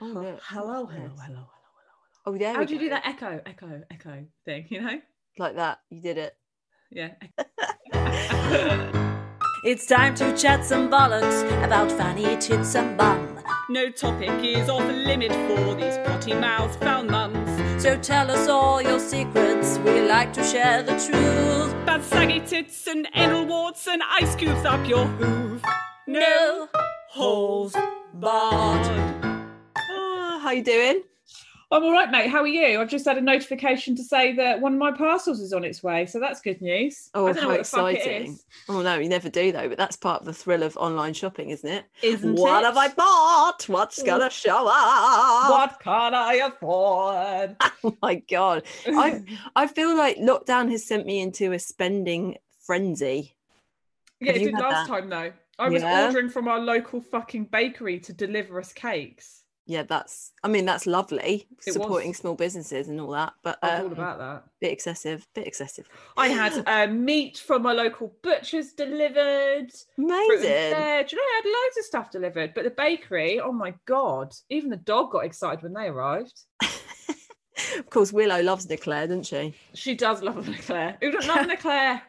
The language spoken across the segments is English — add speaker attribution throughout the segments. Speaker 1: Oh, no.
Speaker 2: Hello,
Speaker 1: hello,
Speaker 2: Hess.
Speaker 1: hello, hello, hello. Oh, there
Speaker 2: How
Speaker 1: we
Speaker 2: do you do
Speaker 1: go.
Speaker 2: that echo, echo, echo thing? You know?
Speaker 1: Like that. You did it.
Speaker 2: Yeah.
Speaker 3: It's time to chat some bollocks about fanny tits and bum.
Speaker 2: no topic is off limit for these potty mouths, foul mums.
Speaker 3: So tell us all your secrets. We like to share the truth.
Speaker 2: That's saggy tits and anal warts and ice cubes up your hoof.
Speaker 3: No holes barred.
Speaker 1: Ah, how you doing?
Speaker 4: I'm all right, mate. How are you? I've just had a notification to say that one of my parcels is on its way, so that's good news.
Speaker 1: Oh,
Speaker 4: I don't know
Speaker 1: how
Speaker 4: what the fuck it
Speaker 1: exciting.
Speaker 4: is.
Speaker 1: Oh, no, you never do, though. But that's part of the thrill of online shopping, isn't it?
Speaker 2: Isn't
Speaker 1: what
Speaker 2: it?
Speaker 1: have I bought? What's going to show up?
Speaker 4: What can I afford?
Speaker 1: Oh, my God. I, I feel like lockdown has sent me into a spending frenzy.
Speaker 4: yeah,
Speaker 1: Have
Speaker 4: it
Speaker 1: you
Speaker 4: did
Speaker 1: had
Speaker 4: last
Speaker 1: that?
Speaker 4: time though. I was
Speaker 1: Yeah.
Speaker 4: ordering from our local fucking bakery to deliver us cakes.
Speaker 1: Yeah, that's, I mean, that's lovely,
Speaker 4: It
Speaker 1: supporting
Speaker 4: was.
Speaker 1: small businesses and all that. But
Speaker 4: I was
Speaker 1: um,
Speaker 4: all about that.
Speaker 1: bit excessive, bit excessive.
Speaker 4: I had uh, meat from my local butcher's delivered. Fruit and
Speaker 1: Amazing.
Speaker 4: veg. You know, I had loads of stuff delivered, but the bakery, oh my god, even the dog got excited when they arrived.
Speaker 1: Of course, Willow loves Niclair, doesn't she?
Speaker 4: She does love an eclair. Who doesn't love an eclair?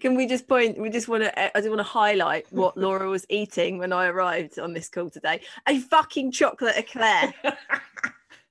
Speaker 1: Can we just point? We just want to. I just want to highlight what Laura was eating when I arrived on this call today. A fucking chocolate eclair.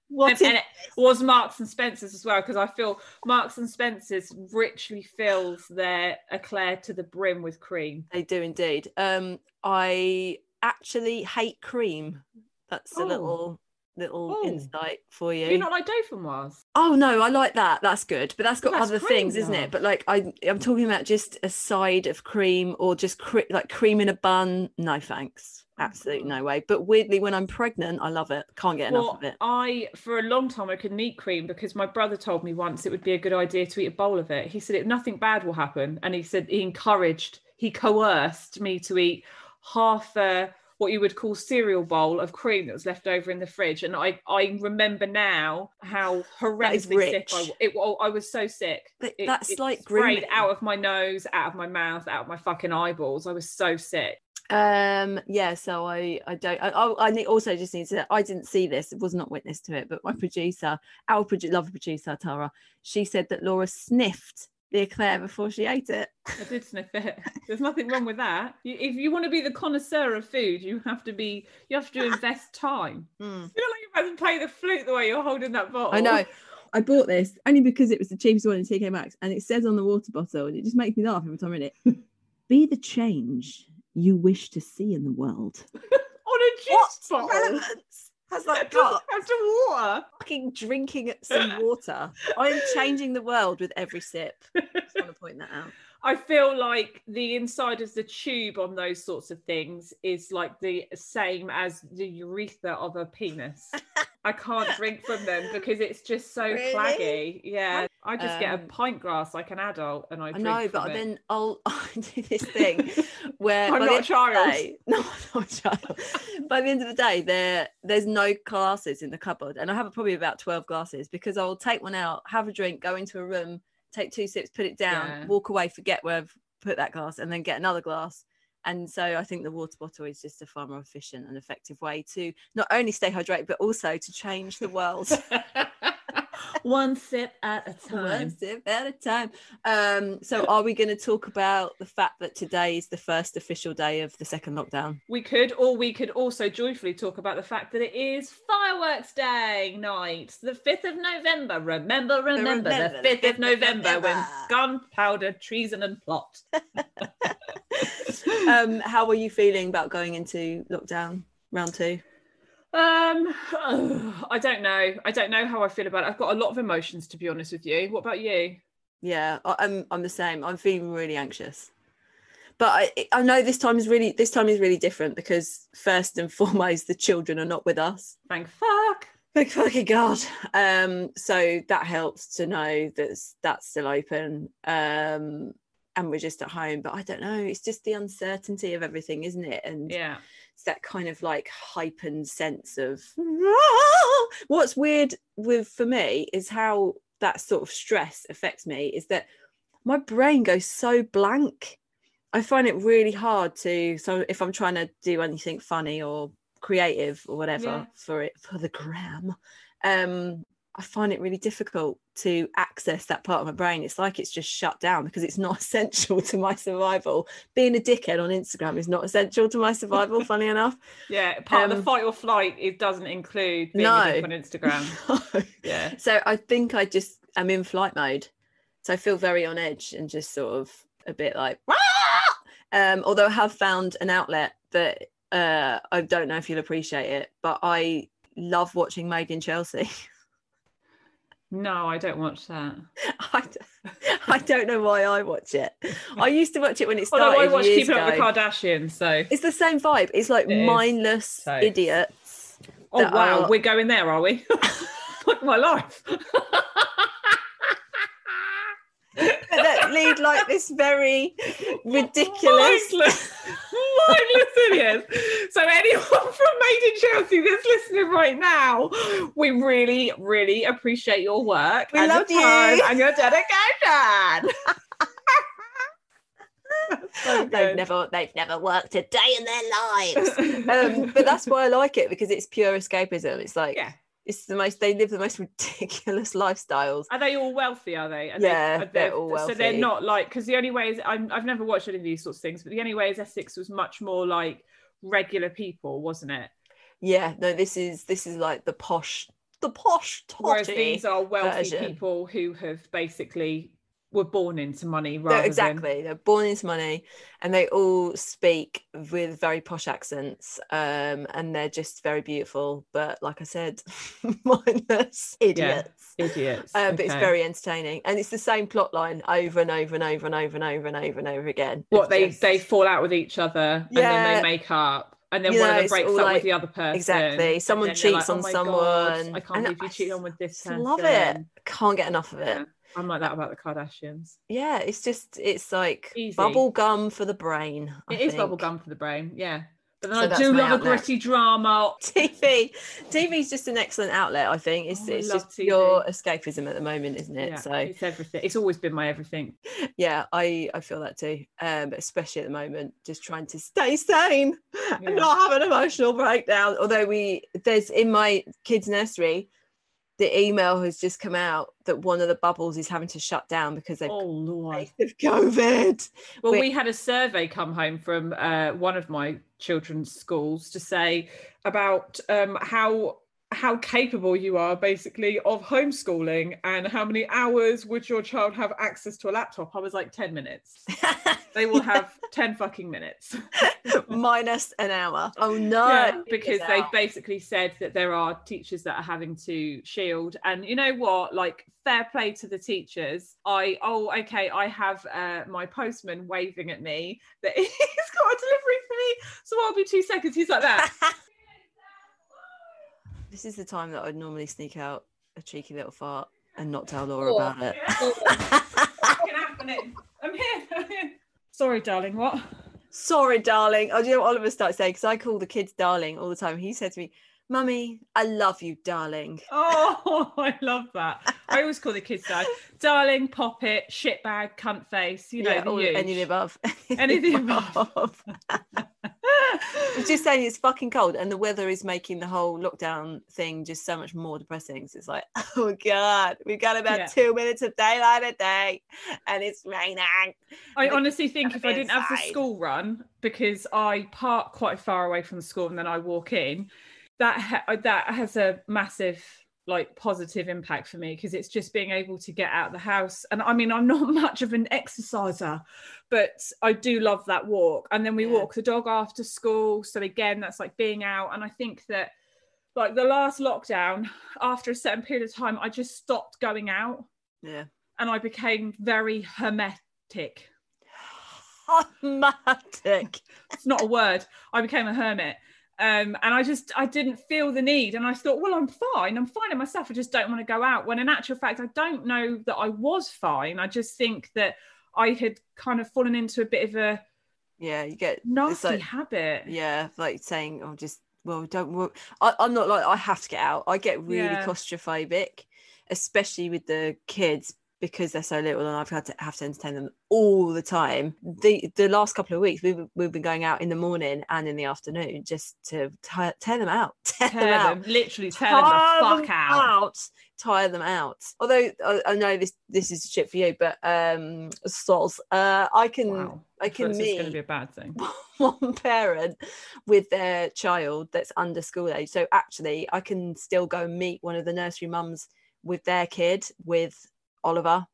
Speaker 1: What?
Speaker 4: and,
Speaker 1: is-
Speaker 4: and it was Marks and Spencer's as well because I feel Marks and Spencer's richly fills their eclair to the brim with cream.
Speaker 1: they do indeed. Um, I actually hate cream. That's a
Speaker 4: Oh.
Speaker 1: little little
Speaker 4: Oh.
Speaker 1: insight for you.
Speaker 4: Do you not like dauphinoise?
Speaker 1: Oh no, I like that. That's good, but that's got
Speaker 4: That's
Speaker 1: other
Speaker 4: cream,
Speaker 1: things, isn't
Speaker 4: though.
Speaker 1: it? But like, I I'm talking about just a side of cream or just cre- like cream in a bun. No thanks,
Speaker 4: Oh,
Speaker 1: absolutely
Speaker 4: God.
Speaker 1: no way. But weirdly, when I'm pregnant, I love it. Can't get enough
Speaker 4: Well,
Speaker 1: of it.
Speaker 4: I for a long time I couldn't eat cream because my brother told me once it would be a good idea to eat a bowl of it. He said it, nothing bad will happen, and he said he encouraged, he coerced me to eat half a what you would call cereal bowl of cream that was left over in the fridge. And I I remember now how horrendously sick I
Speaker 1: rich.
Speaker 4: w- it. Well, I was so sick.
Speaker 1: But
Speaker 4: It-
Speaker 1: that's
Speaker 4: it
Speaker 1: like
Speaker 4: sprayed
Speaker 1: grooming.
Speaker 4: out of my nose, out of my mouth, out of my fucking eyeballs. I was so sick.
Speaker 1: Um, yeah. So I I don't. I oh, I, I need, also just need to. I didn't see this. Was not witness to it. But my producer, our produ- love producer Tara, she said that Laura sniffed the eclair before she ate it.
Speaker 4: I did sniff it. There's nothing wrong with that. You, if you want to be the connoisseur of food, you have to be. You have to invest time. You know, like you're about to play the flute the way you're holding that bottle.
Speaker 1: I know. I bought this only because it was the cheapest one in TK Maxx and it says on the water bottle and it just makes me laugh every time I read it. Be the change you wish to see in the world.
Speaker 4: On a juice bottle.
Speaker 1: Has
Speaker 4: It doesn't have to water.
Speaker 1: Fucking drinking some water. I am changing the world with every sip. Just want to point that out.
Speaker 4: I feel like the inside of the tube on those sorts of things is like the same as the urethra of a penis. I can't drink from them because it's just so
Speaker 1: Really?
Speaker 4: claggy. Yeah, I just get a
Speaker 1: Um,
Speaker 4: pint glass like an adult, and I,
Speaker 1: I
Speaker 4: drink
Speaker 1: know,
Speaker 4: from
Speaker 1: but
Speaker 4: it.
Speaker 1: then I'll, I'll do this thing where by
Speaker 4: I'm
Speaker 1: the
Speaker 4: not a
Speaker 1: end of the
Speaker 4: child.
Speaker 1: day- no, I'm not a child. by the end of the day, there there's no glasses in the cupboard, and I have probably about twelve glasses because I'll take one out, have a drink, go into a room, take two sips, put it down,
Speaker 4: Yeah.
Speaker 1: walk away, forget where I've put that glass, and then get another glass. And so I think the water bottle is just a far more efficient and effective way to not only stay hydrated but also to change the world.
Speaker 2: One sip at a
Speaker 1: One
Speaker 2: time.
Speaker 1: sip at a time. Um, so, are we going to talk about the fact that today is the first official day of the second lockdown?
Speaker 4: We could, or we could also joyfully talk about the fact that it is Fireworks Day night, the 5th of November. Remember, remember,
Speaker 1: remember the
Speaker 4: the 5th of
Speaker 1: 5th of
Speaker 4: November, when
Speaker 1: November.
Speaker 4: gunpowder, treason, and plot.
Speaker 1: um, how are you feeling about going into lockdown round two?
Speaker 4: Um, I don't know. I don't know how I feel about it. I've got a lot of emotions, to be honest with you. What about you?
Speaker 1: Yeah, I, I'm I'm the same. I'm feeling really anxious, but I I know this time is really this time is really different because first and foremost the children are not with us.
Speaker 4: Thank fuck.
Speaker 1: Thank fucking God. Um, so that helps to know that's that's still open. Um, and we're just at home, but I don't know. It's just the uncertainty of everything, isn't it? And
Speaker 4: Yeah.
Speaker 1: it's that kind of like heightened sense of "Ah!" what's weird with for me is how that sort of stress affects me is that my brain goes so blank i find it really hard to so if i'm trying to do anything funny or creative or whatever
Speaker 4: Yeah.
Speaker 1: for it for the gram um i find it really difficult to access that part of my brain it's like it's just shut down because it's not essential to my survival being a dickhead on instagram is not essential to my survival funny enough
Speaker 4: Yeah, part of
Speaker 1: Um,
Speaker 4: the fight or flight it doesn't include being
Speaker 1: No.
Speaker 4: a dick on Instagram. Yeah.
Speaker 1: so i think i just i'm in flight mode so i feel very on edge and just sort of a bit like "Rah!" um although i have found an outlet that uh i don't know if you'll appreciate it but i love watching made in chelsea
Speaker 4: No, I don't watch that.
Speaker 1: I, d- I don't know why i watch it i used to watch it when it started
Speaker 4: Although I watch
Speaker 1: years
Speaker 4: Keeping Up with the
Speaker 1: ago.
Speaker 4: Kardashians, so
Speaker 1: it's the same vibe it's like
Speaker 4: It is.
Speaker 1: mindless
Speaker 4: So-
Speaker 1: idiots
Speaker 4: oh
Speaker 1: that
Speaker 4: wow,
Speaker 1: are-
Speaker 4: we're going there, are we? Fuck my life.
Speaker 1: that lead like this very ridiculous
Speaker 4: Mindless, mindless idiots. So anyone from Made in Chelsea that's listening right now, we really, really appreciate your work.
Speaker 1: We
Speaker 4: and
Speaker 1: love
Speaker 4: your time
Speaker 1: you.
Speaker 4: and your dedication. So
Speaker 1: they've
Speaker 4: good.
Speaker 1: never they've never worked a day in their lives um, but that's why I like it because it's pure escapism. It's like
Speaker 4: yeah.
Speaker 1: it's the most they live the most ridiculous lifestyles.
Speaker 4: Are they all wealthy? Are they? Are
Speaker 1: Yeah,
Speaker 4: are
Speaker 1: they're all
Speaker 4: So they're
Speaker 1: wealthy.
Speaker 4: not like because the only way is I'm, I've never watched any of these sorts of things, but the only way is Essex was much more like regular people, wasn't it?
Speaker 1: Yeah, no, this is this is like the posh the posh
Speaker 4: Whereas
Speaker 1: totty.
Speaker 4: these are wealthy
Speaker 1: version.
Speaker 4: people who have basically were born into money
Speaker 1: They're-
Speaker 4: rather
Speaker 1: exactly, they're born into money, and they all speak with very posh accents, um, and they're just very beautiful. But like I said, mindless idiots.
Speaker 4: than idiots.
Speaker 1: Uh, But it's
Speaker 4: Okay.
Speaker 1: very entertaining, and it's the same plot line over and over and over and over and over and over and over again.
Speaker 4: what
Speaker 1: It's
Speaker 4: they
Speaker 1: just-
Speaker 4: they fall out with each other and then
Speaker 1: Yeah.
Speaker 4: they make up. And then
Speaker 1: You
Speaker 4: one
Speaker 1: know,
Speaker 4: of them
Speaker 1: it's
Speaker 4: breaks
Speaker 1: all
Speaker 4: up
Speaker 1: like-
Speaker 4: with the other person.
Speaker 1: exactly.
Speaker 4: and
Speaker 1: Someone
Speaker 4: then they're "Oh
Speaker 1: cheats on
Speaker 4: my God,
Speaker 1: someone,"
Speaker 4: I can't
Speaker 1: and
Speaker 4: believe
Speaker 1: I
Speaker 4: you cheated on with this
Speaker 1: just
Speaker 4: person.
Speaker 1: love it. Can't get enough of it.
Speaker 4: Yeah. I'm like that about the Kardashians.
Speaker 1: yeah it's just it's like
Speaker 4: Easy.
Speaker 1: bubble gum for the brain I
Speaker 4: It is bubble
Speaker 1: think.
Speaker 4: gum for the brain, yeah. But
Speaker 1: So
Speaker 4: then I
Speaker 1: that's
Speaker 4: do
Speaker 1: my
Speaker 4: love a
Speaker 1: outlet.
Speaker 4: gritty drama.
Speaker 1: tv tv is just an excellent outlet i think it's,
Speaker 4: Oh, I
Speaker 1: it's
Speaker 4: love
Speaker 1: just pure
Speaker 4: TV.
Speaker 1: escapism at the moment isn't it
Speaker 4: Yeah,
Speaker 1: so
Speaker 4: it's everything. It's always been my everything.
Speaker 1: yeah i i feel that too um but especially at the moment just trying to stay sane
Speaker 4: Yeah.
Speaker 1: and not have an emotional breakdown although we there's in my kids nursery the email has just come out that one of the bubbles is having to shut down because they've
Speaker 4: Oh
Speaker 1: got
Speaker 4: Lord.
Speaker 1: case of covid
Speaker 4: Well,
Speaker 1: Wait.
Speaker 4: we had a survey come home from uh, one of my children's schools to say about um, how how capable you are basically of homeschooling and how many hours would your child have access to a laptop. I was like, 10 minutes. They will have 10 fucking minutes.
Speaker 1: minus an hour oh no
Speaker 4: Yeah,
Speaker 1: it
Speaker 4: because
Speaker 1: is
Speaker 4: they've
Speaker 1: out.
Speaker 4: basically said that there are teachers that are having to shield. And you know what? Like, fair play to the teachers. I, oh, okay, I have uh, my postman waving at me that he's got a delivery for me. So I'll be two seconds. He's like that.
Speaker 1: This is the time that I'd normally sneak out a cheeky little fart and not tell
Speaker 4: Oh,
Speaker 1: Laura about it.
Speaker 4: Fucking happening. I'm here. I'm here. Sorry, darling. What?
Speaker 1: Sorry, darling. Oh, do you know what Oliver starts saying? Because I call the kids darling all the time. He said to me, Mummy, I love you, darling.
Speaker 4: Oh, I love that. I always call the kids that. Darling, pop it, shitbag, cunt face. You know,
Speaker 1: Yeah,
Speaker 4: the
Speaker 1: all-
Speaker 4: huge.
Speaker 1: anything above.
Speaker 4: Anything above.
Speaker 1: I was just saying it's fucking cold and the weather is making the whole lockdown thing just so much more depressing. So it's like, oh God, we've got about
Speaker 4: Yeah.
Speaker 1: two minutes of daylight a day and it's raining.
Speaker 4: I
Speaker 1: Like,
Speaker 4: honestly think
Speaker 1: gotta
Speaker 4: if
Speaker 1: be
Speaker 4: I didn't have the
Speaker 1: inside.
Speaker 4: school run, because I park quite far away from the school and then I walk in, that ha- uh, that has a massive like positive impact for me because it's just being able to get out of the house. And I mean, I'm not much of an exerciser, but I do love that walk. And then we
Speaker 1: Yeah.
Speaker 4: walk the dog after school, so again, that's like being out. And I think that like the last lockdown, after a certain period of time, I just stopped going out
Speaker 1: Yeah.
Speaker 4: and I became very hermetic.
Speaker 1: Automatic.
Speaker 4: it's not a word. I became a hermit. Um, and I just I didn't feel the need. And I thought, well, I'm fine. I'm fine in myself. I just don't want to go out. When in actual fact, I don't know that I was fine. I just think that I had kind of fallen into a bit of a
Speaker 1: Yeah, you get
Speaker 4: nasty
Speaker 1: like-
Speaker 4: habit.
Speaker 1: yeah like saying oh just well don't work I, i'm not like i have to get out i get really
Speaker 4: Yeah.
Speaker 1: claustrophobic especially with the kids because they're so little and I've had to have to entertain them all the time. The the last couple of weeks we've, we've been going out in the morning and in the afternoon just to tire, tear them out, tear, them
Speaker 4: Tear
Speaker 1: out,
Speaker 4: them, literally tear them
Speaker 1: Tire
Speaker 4: the
Speaker 1: them
Speaker 4: fuck out.
Speaker 1: tire them out. Although I, I know this this is shit for you, but um, sols, uh, I can
Speaker 4: Wow.
Speaker 1: I
Speaker 4: So
Speaker 1: can
Speaker 4: it's going to
Speaker 1: meet
Speaker 4: be a bad thing.
Speaker 1: one parent with their child that's under school age. So actually, I can still go and meet one of the nursery mums with their kid with Oliver.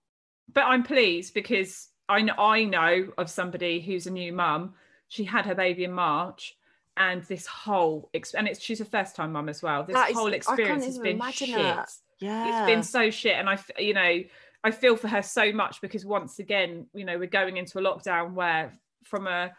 Speaker 4: But I'm pleased because I know, I know of somebody who's a new mum. She had her baby in March, and this whole ex- and it's she's a first time mum as well. This
Speaker 1: That is- I
Speaker 4: whole
Speaker 1: can't
Speaker 4: experience has
Speaker 1: even
Speaker 4: been
Speaker 1: imagine
Speaker 4: shit.
Speaker 1: that. Yeah,
Speaker 4: It's been so shit, and I f- you know I feel for her so much because once again you know we're going into a lockdown where from a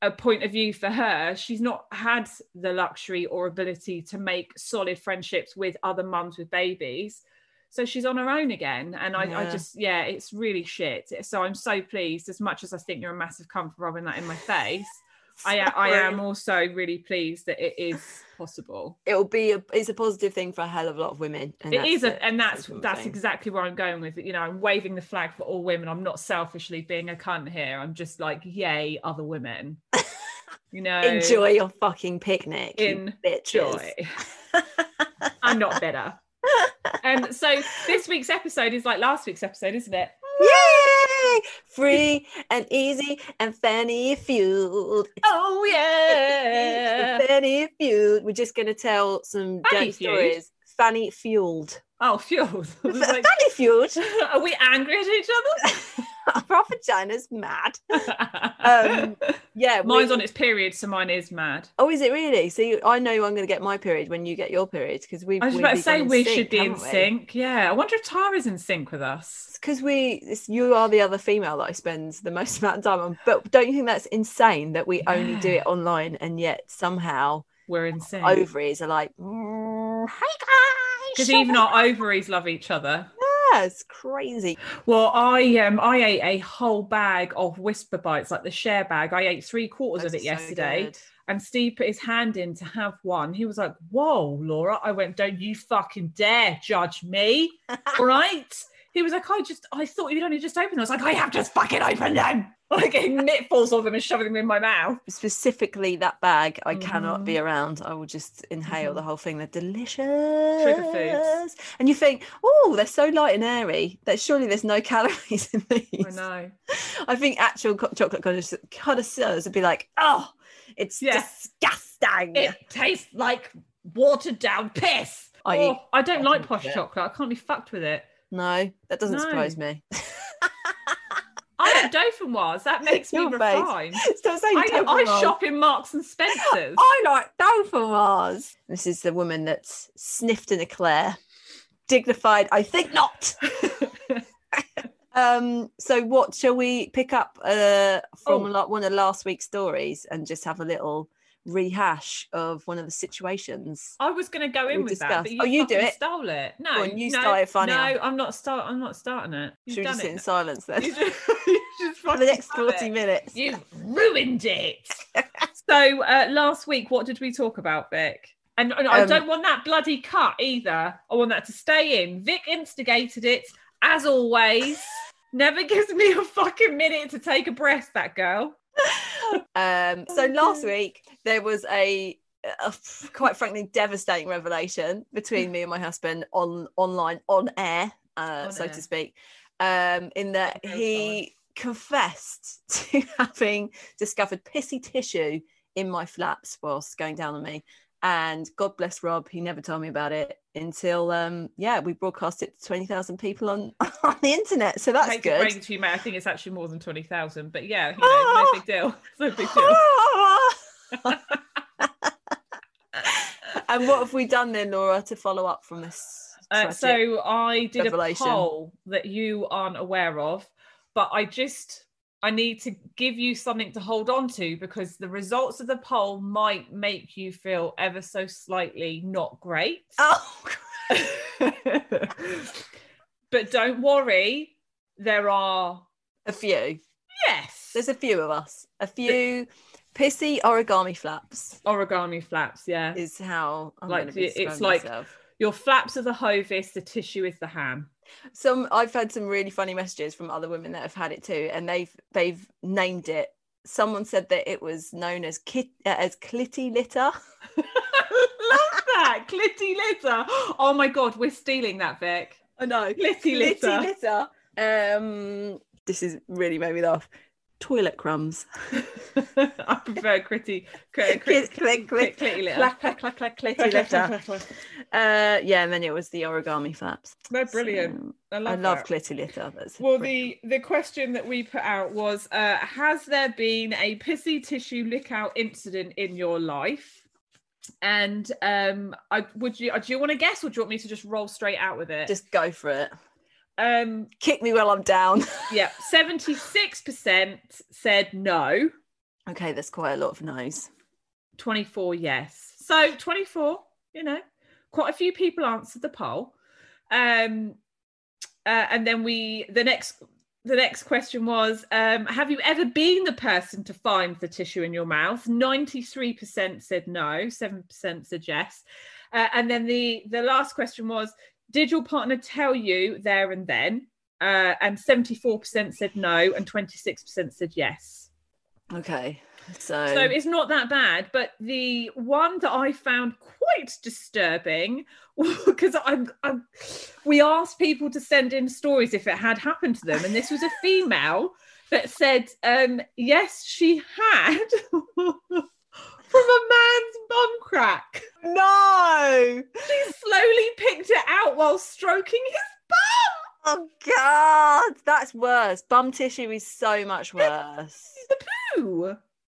Speaker 4: a point of view for her, she's not had the luxury or ability to make solid friendships with other mums with babies. So she's on her own again. And I, I
Speaker 1: Yeah.
Speaker 4: just, yeah, it's really shit. So I'm so pleased, as much as I think you're a massive cunt for rubbing that in my face, I, I am also really pleased that it is possible.
Speaker 1: It'll be a, it's a positive thing for a hell of a lot of women. And
Speaker 4: it
Speaker 1: that's
Speaker 4: is, a, and that's
Speaker 1: what I'm
Speaker 4: that's
Speaker 1: saying.
Speaker 4: exactly where I'm going with it. You know, I'm waving the flag for all women. I'm not selfishly being a cunt here. I'm just like, yay, other women. You know,
Speaker 1: enjoy your fucking picnic, in bitches.
Speaker 4: joy. I'm not bitter. um, so this week's episode is like last week's episode, isn't it?
Speaker 1: Yay! Free and easy and fanny fueled.
Speaker 4: Oh
Speaker 1: Fanny fueled. We're just gonna tell some
Speaker 4: Fanny
Speaker 1: dirty
Speaker 4: fueled?
Speaker 1: stories. Fanny fueled.
Speaker 4: Oh, fueled. I was
Speaker 1: Fanny
Speaker 4: like,
Speaker 1: fueled.
Speaker 4: Are we angry at each
Speaker 1: Our vagina's mad.
Speaker 4: other?
Speaker 1: Um, Yeah.
Speaker 4: Mine's
Speaker 1: we-
Speaker 4: on its period, so mine is mad.
Speaker 1: Oh, is it really? So you, I know I'm going to get my period when you get your period because we.
Speaker 4: I was about to say we should be in sync. Yeah, I wonder if Tara's in sync with us.
Speaker 1: because we, it's, you are the other female that I spend the most amount of time on. But don't you think that's insane that we only do
Speaker 4: Yeah.
Speaker 1: it online and yet somehow
Speaker 4: We're in sync
Speaker 1: ovaries are like, "Mm, hey guys,
Speaker 4: because even our ovaries love each other.
Speaker 1: that's crazy.
Speaker 4: Well, I um I ate a whole bag of whisper bites, like the share bag. I ate three quarters
Speaker 1: Those
Speaker 4: of it
Speaker 1: are so
Speaker 4: yesterday.
Speaker 1: good.
Speaker 4: and Steve put his hand in to have one. He was like, Whoa, Laura. I went, Don't you fucking dare judge me. All right. He was like, I just, I thought you'd only just opened them. I was like, I have just fucking opened them. I'm like getting nipfuls of them and shoving them in my mouth.
Speaker 1: Specifically, that bag, I cannot be
Speaker 4: Mhm.
Speaker 1: around. I will just inhale the whole thing. They're delicious.
Speaker 4: Mm-hmm. foods.
Speaker 1: And you think, oh, they're so light and airy. That surely there's no calories in
Speaker 4: I
Speaker 1: these.
Speaker 4: know.
Speaker 1: I think actual co- chocolate connoisseurs- connoisseurs would be like, oh, it's
Speaker 4: Yeah.
Speaker 1: disgusting.
Speaker 4: It tastes like watered down piss.
Speaker 1: I
Speaker 4: I,
Speaker 1: eat-
Speaker 4: oh, I don't
Speaker 1: I
Speaker 4: like
Speaker 1: eat
Speaker 4: posh
Speaker 1: it.
Speaker 4: chocolate. I can't be fucked with it.
Speaker 1: No, that doesn't
Speaker 4: No.
Speaker 1: surprise me.
Speaker 4: I had dauphinoise. That makes me
Speaker 1: Your face.
Speaker 4: refined.
Speaker 1: Stop saying
Speaker 4: I, I
Speaker 1: Toblerone.
Speaker 4: shop in Marks and Spencer's.
Speaker 1: I like Dauphinoise. This is the woman that's sniffed an eclair. Dignified, I think not. Um, so what shall we pick up uh from
Speaker 4: Oh.
Speaker 1: a lot one of last week's stories and just have a little rehash of one of the situations?
Speaker 4: I was going to go in
Speaker 1: We
Speaker 4: with that, but
Speaker 1: discussed.
Speaker 4: you,
Speaker 1: Oh, you do
Speaker 4: fucking
Speaker 1: it.
Speaker 4: stole it. No,
Speaker 1: Go on, you
Speaker 4: no,
Speaker 1: start it, Fania.
Speaker 4: No, I'm not start. I'm not starting it. You've
Speaker 1: Should we
Speaker 4: done
Speaker 1: just sit in
Speaker 4: it.
Speaker 1: silence then?
Speaker 4: You just, you just
Speaker 1: For the
Speaker 4: fucking
Speaker 1: next
Speaker 4: done
Speaker 1: 40
Speaker 4: it.
Speaker 1: minutes.
Speaker 4: You've ruined it. so uh, last week, what did we talk about, Vic? And, and I
Speaker 1: Um,
Speaker 4: don't want that bloody cut either. I want that to stay in. Vic instigated it as always. Never gives me a fucking minute to take a breath. That girl.
Speaker 1: Um, so
Speaker 4: Oh,
Speaker 1: last week there was a, a f- quite frankly devastating revelation between me and my husband on online on air, uh,
Speaker 4: On
Speaker 1: so
Speaker 4: air. Oh,
Speaker 1: to speak, um, in that
Speaker 4: Real
Speaker 1: he confessed to having discovered pissy tissue in my flaps whilst going down on me. And God bless Rob, he never told me about it until um, yeah, we broadcast it to twenty thousand people on on the internet. So that's
Speaker 4: Hate to break
Speaker 1: good.
Speaker 4: it to you, mate. I think it's actually more than twenty thousand. But yeah, you know,
Speaker 1: Oh.
Speaker 4: no big deal. No big deal.
Speaker 1: and what have we done then, Laura, to follow up from this?
Speaker 4: Uh,
Speaker 1: tragic-
Speaker 4: so I did
Speaker 1: revelation.
Speaker 4: a poll that you aren't aware of, but I just I need to give you something to hold on to because the results of the poll might make you feel ever so slightly not great.
Speaker 1: oh,
Speaker 4: but don't worry, there are
Speaker 1: a few.
Speaker 4: yes
Speaker 1: There's a few of us. A few pissy origami flaps
Speaker 4: origami flaps. Yeah,
Speaker 1: is how I'm
Speaker 4: Like
Speaker 1: going to be
Speaker 4: the- it's
Speaker 1: describing
Speaker 4: like-
Speaker 1: myself.
Speaker 4: your flaps are the hovis, the tissue is the ham.
Speaker 1: some I've had some really funny messages from other women that have had it too, and they've they've named it. Someone said that it was known as kit uh, as clitty litter.
Speaker 4: Love that. Glitty litter. Oh my God, we're stealing that, Vic.
Speaker 1: I know
Speaker 4: Glitty litter.
Speaker 1: litter. Um, this is really made me laugh. Toilet crumbs.
Speaker 4: I prefer gritty, crit,
Speaker 1: Click
Speaker 4: crit,
Speaker 1: click click.
Speaker 4: crit, clitty litter.
Speaker 1: Clack clack clack clack clitty litter. Uh, yeah, and then it was the origami flaps.
Speaker 4: No, Oh, brilliant.
Speaker 1: So,
Speaker 4: I
Speaker 1: I
Speaker 4: love,
Speaker 1: love
Speaker 4: that.
Speaker 1: clitty litter. That's
Speaker 4: Well,
Speaker 1: brilliant.
Speaker 4: the the question that we put out was: uh, Has there been a pissy tissue lick out incident in your life? And um, I would you? Do you want to guess, or do you want me to just roll straight out with it?
Speaker 1: just go for it.
Speaker 4: um,
Speaker 1: Kick me while I'm down.
Speaker 4: yeah, seventy six percent said no,
Speaker 1: okay, that's quite a lot of no's.
Speaker 4: twenty four yes. So twenty four, you know, quite a few people answered the poll. Um, uh, and then we the next the next question was um, have you ever been the person to find the tissue in your mouth 93% said no 7% said yes uh, and then the the last question was did your partner tell you there and then uh, and 74% said no and 26% said yes
Speaker 1: Okay,
Speaker 4: so it's not that bad but the one that i found quite disturbing because I'm, I'm we asked people to send in stories if it had happened to them and this was a female that said um yes she had from a man's bum crack
Speaker 1: No!
Speaker 4: she slowly picked it out while stroking his bum
Speaker 1: Oh God, that's worse. Bum tissue is so much worse.
Speaker 4: Ooh.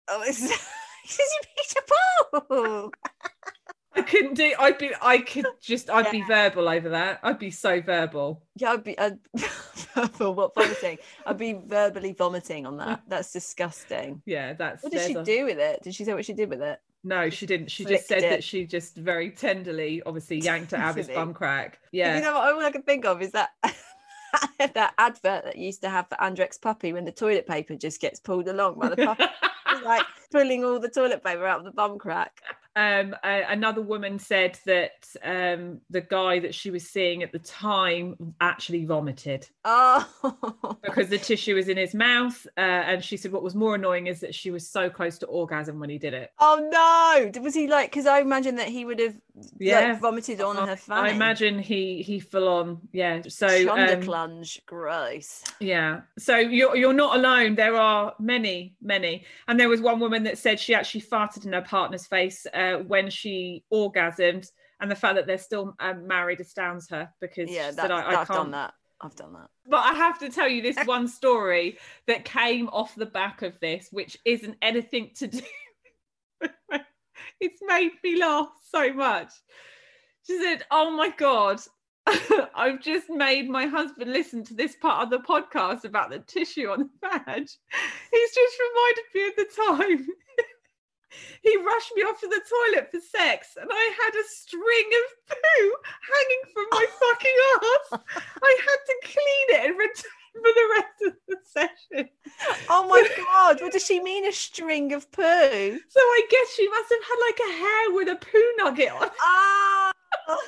Speaker 1: oh, it's this is a picture poo.
Speaker 4: i couldn't do i'd be i could just i'd be verbal over that i'd be so verbal
Speaker 1: Yeah, I'd be I'd, for what vomiting. I'd be verbally vomiting on that. That's disgusting.
Speaker 4: yeah that's
Speaker 1: What did
Speaker 4: there's
Speaker 1: she
Speaker 4: a-
Speaker 1: do with it? Did she say what she did with it?
Speaker 4: No, she didn't. She
Speaker 1: flicked
Speaker 4: just said
Speaker 1: it.
Speaker 4: that she just very tenderly, obviously, yanked it out of his
Speaker 1: Tenderly.
Speaker 4: bum crack.
Speaker 1: You
Speaker 4: Yeah.
Speaker 1: know what? All I can think of is that that advert that you used to have for Andrex puppy when the toilet paper just gets pulled along by the puppy, It's like pulling all the toilet paper out of the bum crack.
Speaker 4: um, a- another woman said that um, the guy that she was seeing at the time actually vomited
Speaker 1: Oh,
Speaker 4: because the tissue was in his mouth. Uh, and she said what was more annoying is that she was so close to orgasm when he did it.
Speaker 1: Oh no! D- Was he like? Because I imagine that he would have
Speaker 4: Yeah.
Speaker 1: like, vomited on her
Speaker 4: I
Speaker 1: fanny.
Speaker 4: imagine he he full on yeah so
Speaker 1: Chunder
Speaker 4: um,
Speaker 1: plunge, gross.
Speaker 4: Yeah. So you're you're not alone. There are many, many. And there was one woman that said she actually farted in her partner's face uh, when she orgasmed. And the fact that they're still um, married astounds her because
Speaker 1: Yeah,
Speaker 4: she
Speaker 1: that,
Speaker 4: said, I, I
Speaker 1: I've
Speaker 4: can't.
Speaker 1: done that. I've done that.
Speaker 4: But I have to tell you this one story that came off the back of this, which isn't anything to do. it's made me laugh so much. She said, Oh my God, I've just made my husband listen to this part of the podcast about the tissue on the badge. He's just reminded me of the time. He rushed me off to the toilet for sex, and I had a string of poo hanging from my fucking ass. I had to clean it and return for the rest of the session.
Speaker 1: Oh my god! What does she mean? A string of poo?
Speaker 4: So I guess she must have had like a hair with a poo nugget on.
Speaker 1: Ah!
Speaker 4: I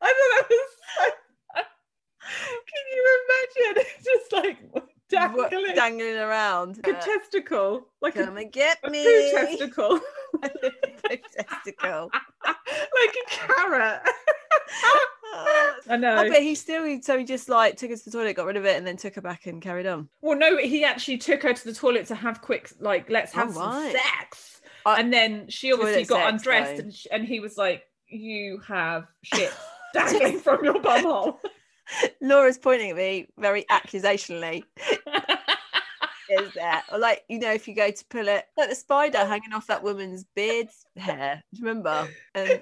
Speaker 4: thought that was so. Can you imagine? It's just like
Speaker 1: What-
Speaker 4: dangling,
Speaker 1: dangling around.
Speaker 4: like a
Speaker 1: Uh,
Speaker 4: testicle, like a,
Speaker 1: Come and get
Speaker 4: a
Speaker 1: me.
Speaker 4: poo testicle,
Speaker 1: Poo testicle.
Speaker 4: like a carrot.
Speaker 1: Oh,
Speaker 4: I know.
Speaker 1: I bet he still. he- So he just like took her to the toilet, got rid of it, and then took her back and carried on.
Speaker 4: Well, no, he actually took her to the toilet to have quick, like, let's have
Speaker 1: Oh,
Speaker 4: some
Speaker 1: right.
Speaker 4: sex.
Speaker 1: I-
Speaker 4: and then she obviously
Speaker 1: Uh, Toilet
Speaker 4: got
Speaker 1: sex,
Speaker 4: undressed,
Speaker 1: though.
Speaker 4: and, sh and he was like, "You have shit dangling from your bumhole."
Speaker 1: Laura's pointing at me very accusationally. is there? Or like, you know, if you go to pull it, like the spider hanging off that woman's beard's hair. Do you remember? And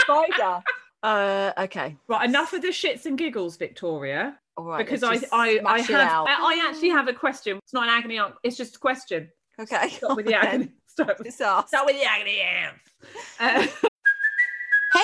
Speaker 1: spider. Uh, okay.
Speaker 4: right, enough of the shits and giggles, Victoria,
Speaker 1: All right.
Speaker 4: because I,
Speaker 1: let's just
Speaker 4: I, I
Speaker 1: smash it
Speaker 4: have,
Speaker 1: out.
Speaker 4: I, I actually have a question. It's not an agony aunt. It's just a question.
Speaker 1: Okay.
Speaker 4: Stop with the agony. Stop with,
Speaker 1: It's us.
Speaker 4: stop with the agony aunt. Uh,
Speaker 5: Hey,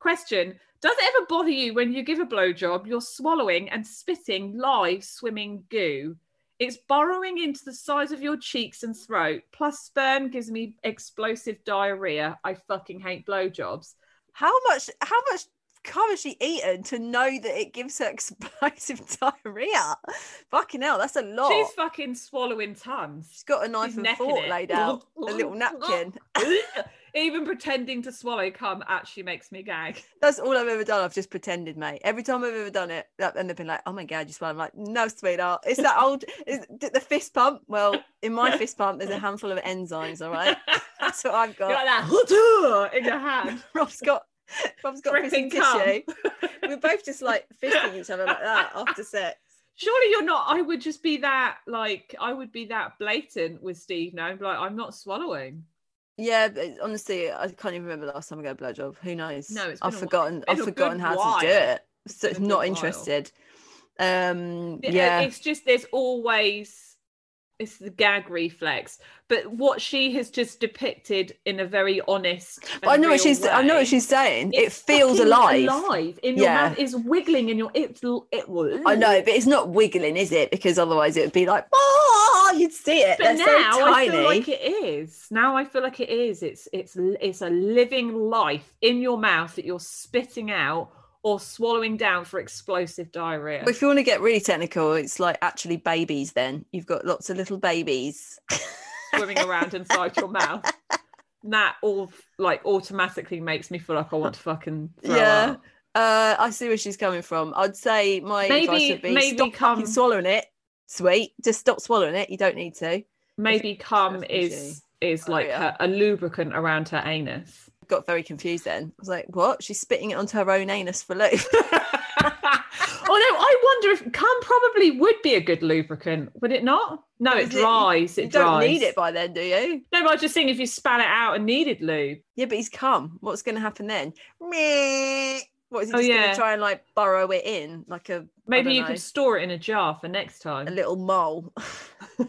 Speaker 4: question Does it ever bother you when you give a blowjob, you're swallowing and spitting live swimming goo? It's burrowing into the sides of your cheeks and throat, plus sperm gives me explosive diarrhea. I fucking hate blowjobs.
Speaker 1: How much? How much? Cum has she eaten to know that it gives her explosive diarrhea? Fucking hell, that's a lot.
Speaker 4: She's fucking swallowing tons.
Speaker 1: She's got a knife Oh.
Speaker 4: She's
Speaker 1: and
Speaker 4: necking
Speaker 1: fork
Speaker 4: it.
Speaker 1: laid out, a little napkin.
Speaker 4: Even pretending to swallow cum actually makes me gag.
Speaker 1: That's all I've ever done. I've just pretended, mate. Every time I've ever done it, that- and they've been like, "Oh my god, you smell." I'm like, "No, sweetheart, it's that old it's th- the fist pump." Well, in my fist pump, there's a handful of enzymes. All right, that's what I've
Speaker 4: You're
Speaker 1: got.
Speaker 4: like that in your hand.
Speaker 1: Rob's got Rob's got missing
Speaker 4: Dripping cum.
Speaker 1: tissue. We're both just like fisting each other like that after sex.
Speaker 4: Surely you're not. I would just be that like I would be that blatant with Steve now. and be Like I'm not swallowing.
Speaker 1: Yeah, but it's- honestly, I can't even remember the last time I got a blowjob. Who knows?
Speaker 4: No, it's been
Speaker 1: I've
Speaker 4: a while.
Speaker 1: forgotten.
Speaker 4: It's
Speaker 1: I've
Speaker 4: been a
Speaker 1: forgotten
Speaker 4: good
Speaker 1: how to do
Speaker 4: while.
Speaker 1: it. So
Speaker 4: been
Speaker 1: it's
Speaker 4: a good
Speaker 1: not
Speaker 4: while.
Speaker 1: interested. Um,
Speaker 4: It-
Speaker 1: yeah.
Speaker 4: It's just there's always it's the gag reflex. But what she has just depicted in a very honest.
Speaker 1: But I
Speaker 4: and
Speaker 1: know what
Speaker 4: real
Speaker 1: she's. I know
Speaker 4: way,
Speaker 1: what she's saying. It
Speaker 4: it's
Speaker 1: feels
Speaker 4: fucking
Speaker 1: alive.
Speaker 4: Alive in your
Speaker 1: Yeah.
Speaker 4: mouth. It's wiggling in your. It's l- it will.
Speaker 1: I know, but it's not wiggling, is it? Because otherwise it would be like, oh, you'd see it.
Speaker 4: But
Speaker 1: They're
Speaker 4: now
Speaker 1: so
Speaker 4: I
Speaker 1: tiny.
Speaker 4: feel like it is. Now I feel like it is. It's it's it's a living life in your mouth that you're spitting out or swallowing down for explosive diarrhea.
Speaker 1: But if you want to get really technical, it's like actually babies. Then you've got lots of little babies.
Speaker 4: swimming around inside your mouth. And That all like automatically makes me feel like I want to fucking throw
Speaker 1: Yeah.
Speaker 4: up.
Speaker 1: Uh, I see where she's coming from. I'd say my advice
Speaker 4: Maybe-
Speaker 1: would be
Speaker 4: maybe
Speaker 1: stop fucking
Speaker 4: come-
Speaker 1: swallowing it. Sweet, just stop swallowing it. You don't need to.
Speaker 4: Maybe cum
Speaker 1: That's
Speaker 4: is is like
Speaker 1: Oh, yeah.
Speaker 4: her, a lubricant around her anus.
Speaker 1: Got very confused then. I was like, what? She's spitting it onto her own anus for lube.
Speaker 4: Although Oh, I wonder if cum probably would be a good lubricant, would it not? No, it
Speaker 1: Is it-
Speaker 4: dries. It,
Speaker 1: you don't
Speaker 4: dries.
Speaker 1: need it by then, do you?
Speaker 4: No, but I was just think if you span it out and needed lube.
Speaker 1: Yeah, but he's come. What's going to happen then? Meh. What is he
Speaker 4: Oh,
Speaker 1: just going
Speaker 4: yeah.
Speaker 1: to try and like burrow it in like a
Speaker 4: Maybe
Speaker 1: don't
Speaker 4: you
Speaker 1: know.
Speaker 4: could store it in a jar for next
Speaker 1: a
Speaker 4: time.
Speaker 1: little mole, an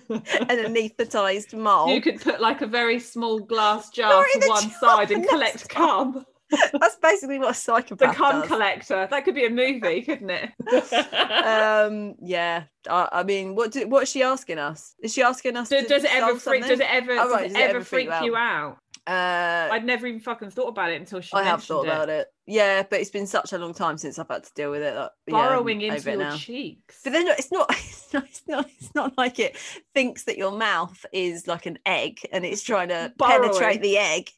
Speaker 1: anaesthetized mole?
Speaker 4: You could put like a very small glass
Speaker 1: Store
Speaker 4: jar
Speaker 1: it in
Speaker 4: to
Speaker 1: the
Speaker 4: one
Speaker 1: jar
Speaker 4: side
Speaker 1: for
Speaker 4: and
Speaker 1: next
Speaker 4: collect cum.
Speaker 1: That's basically what a
Speaker 4: The
Speaker 1: psychopath
Speaker 4: cum
Speaker 1: does. Uh,
Speaker 4: collector. That could be a movie, couldn't it?
Speaker 1: um, yeah. I, I mean, what do, what's she asking us? Is she asking us?
Speaker 4: Do-
Speaker 1: to
Speaker 4: does it ever
Speaker 1: solve
Speaker 4: freak? Does
Speaker 1: something?
Speaker 4: it ever?
Speaker 1: Oh, right,
Speaker 4: does it ever freak
Speaker 1: out?
Speaker 4: you out?
Speaker 1: Uh,
Speaker 4: I'd never even fucking thought about it until she.
Speaker 1: I have
Speaker 4: mentioned
Speaker 1: thought about it. Yeah, but it's been such a long time since I've had to deal with it. Like, yeah, I'm
Speaker 4: Burrowing
Speaker 1: over
Speaker 4: into
Speaker 1: it
Speaker 4: your
Speaker 1: now.
Speaker 4: cheeks.
Speaker 1: But then it's not, it's not, it's not, it's not like it thinks that your mouth is like an egg and it's trying to
Speaker 4: Burrowing.
Speaker 1: penetrate the egg.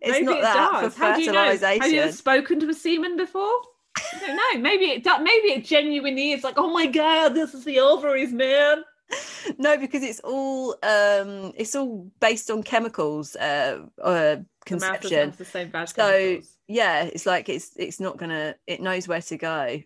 Speaker 1: It's
Speaker 4: Maybe
Speaker 1: not
Speaker 4: it
Speaker 1: that
Speaker 4: does.
Speaker 1: for
Speaker 4: How do you know?
Speaker 1: fertilization.
Speaker 4: Have you ever spoken to a semen before? I don't know. Maybe it do- maybe it genuinely is like, oh my god, this is the ovaries, man.
Speaker 1: no, because it's all um it's all based on chemicals uh, uh
Speaker 4: The mouth doesn't
Speaker 1: conception.
Speaker 4: have the same bad
Speaker 1: So-
Speaker 4: chemicals.
Speaker 1: Yeah, it's like it's it's not gonna it knows where to go.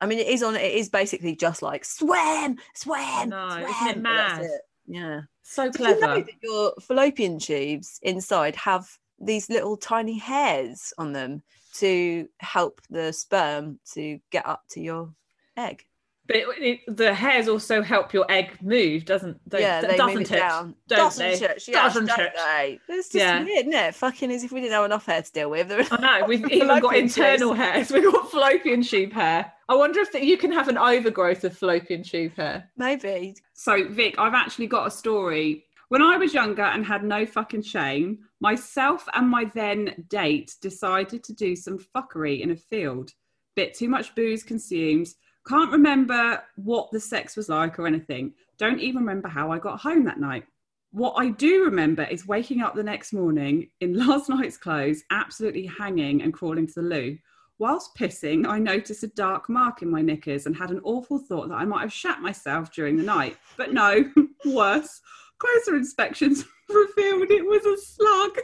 Speaker 1: I mean it is on it is basically just like swim, swim,
Speaker 4: No, isn't it
Speaker 1: swim. but that's
Speaker 4: mad?
Speaker 1: it. Yeah.
Speaker 4: so
Speaker 1: Did you know
Speaker 4: clever.
Speaker 1: that your fallopian tubes inside have these little tiny hairs on them to help the sperm to get up to your egg?
Speaker 4: But it, it- the hairs also help your egg move, doesn't? Don't,
Speaker 1: yeah,
Speaker 4: d-
Speaker 1: they
Speaker 4: doesn't
Speaker 1: move it down.
Speaker 4: Don't
Speaker 1: doesn't
Speaker 4: they?
Speaker 1: it? Yeah,
Speaker 4: Doesn't
Speaker 1: don't
Speaker 4: it?
Speaker 1: they? It's just
Speaker 4: Yeah.
Speaker 1: weird, isn't it? Fucking as if we didn't have enough hair to deal with. There
Speaker 4: I know. We've even got
Speaker 1: Fallopian tubes.
Speaker 4: internal hairs. We've got fallopian tube hair. I wonder if that you can have an overgrowth of fallopian tube hair.
Speaker 1: Maybe.
Speaker 2: So, Vic, I've actually got a story. When I was younger and had no fucking shame, myself and my then date decided to do some fuckery in a field. Bit too much booze consumed. Can't remember what the sex was like or anything. Don't even remember how I got home that night. What I do remember is waking up the next morning in last night's clothes, absolutely hanging and crawling to the loo. Whilst pissing, I noticed a dark mark in my knickers and had an awful thought that I might have shat myself during the night. But no, worse. Closer inspections revealed it was a slug.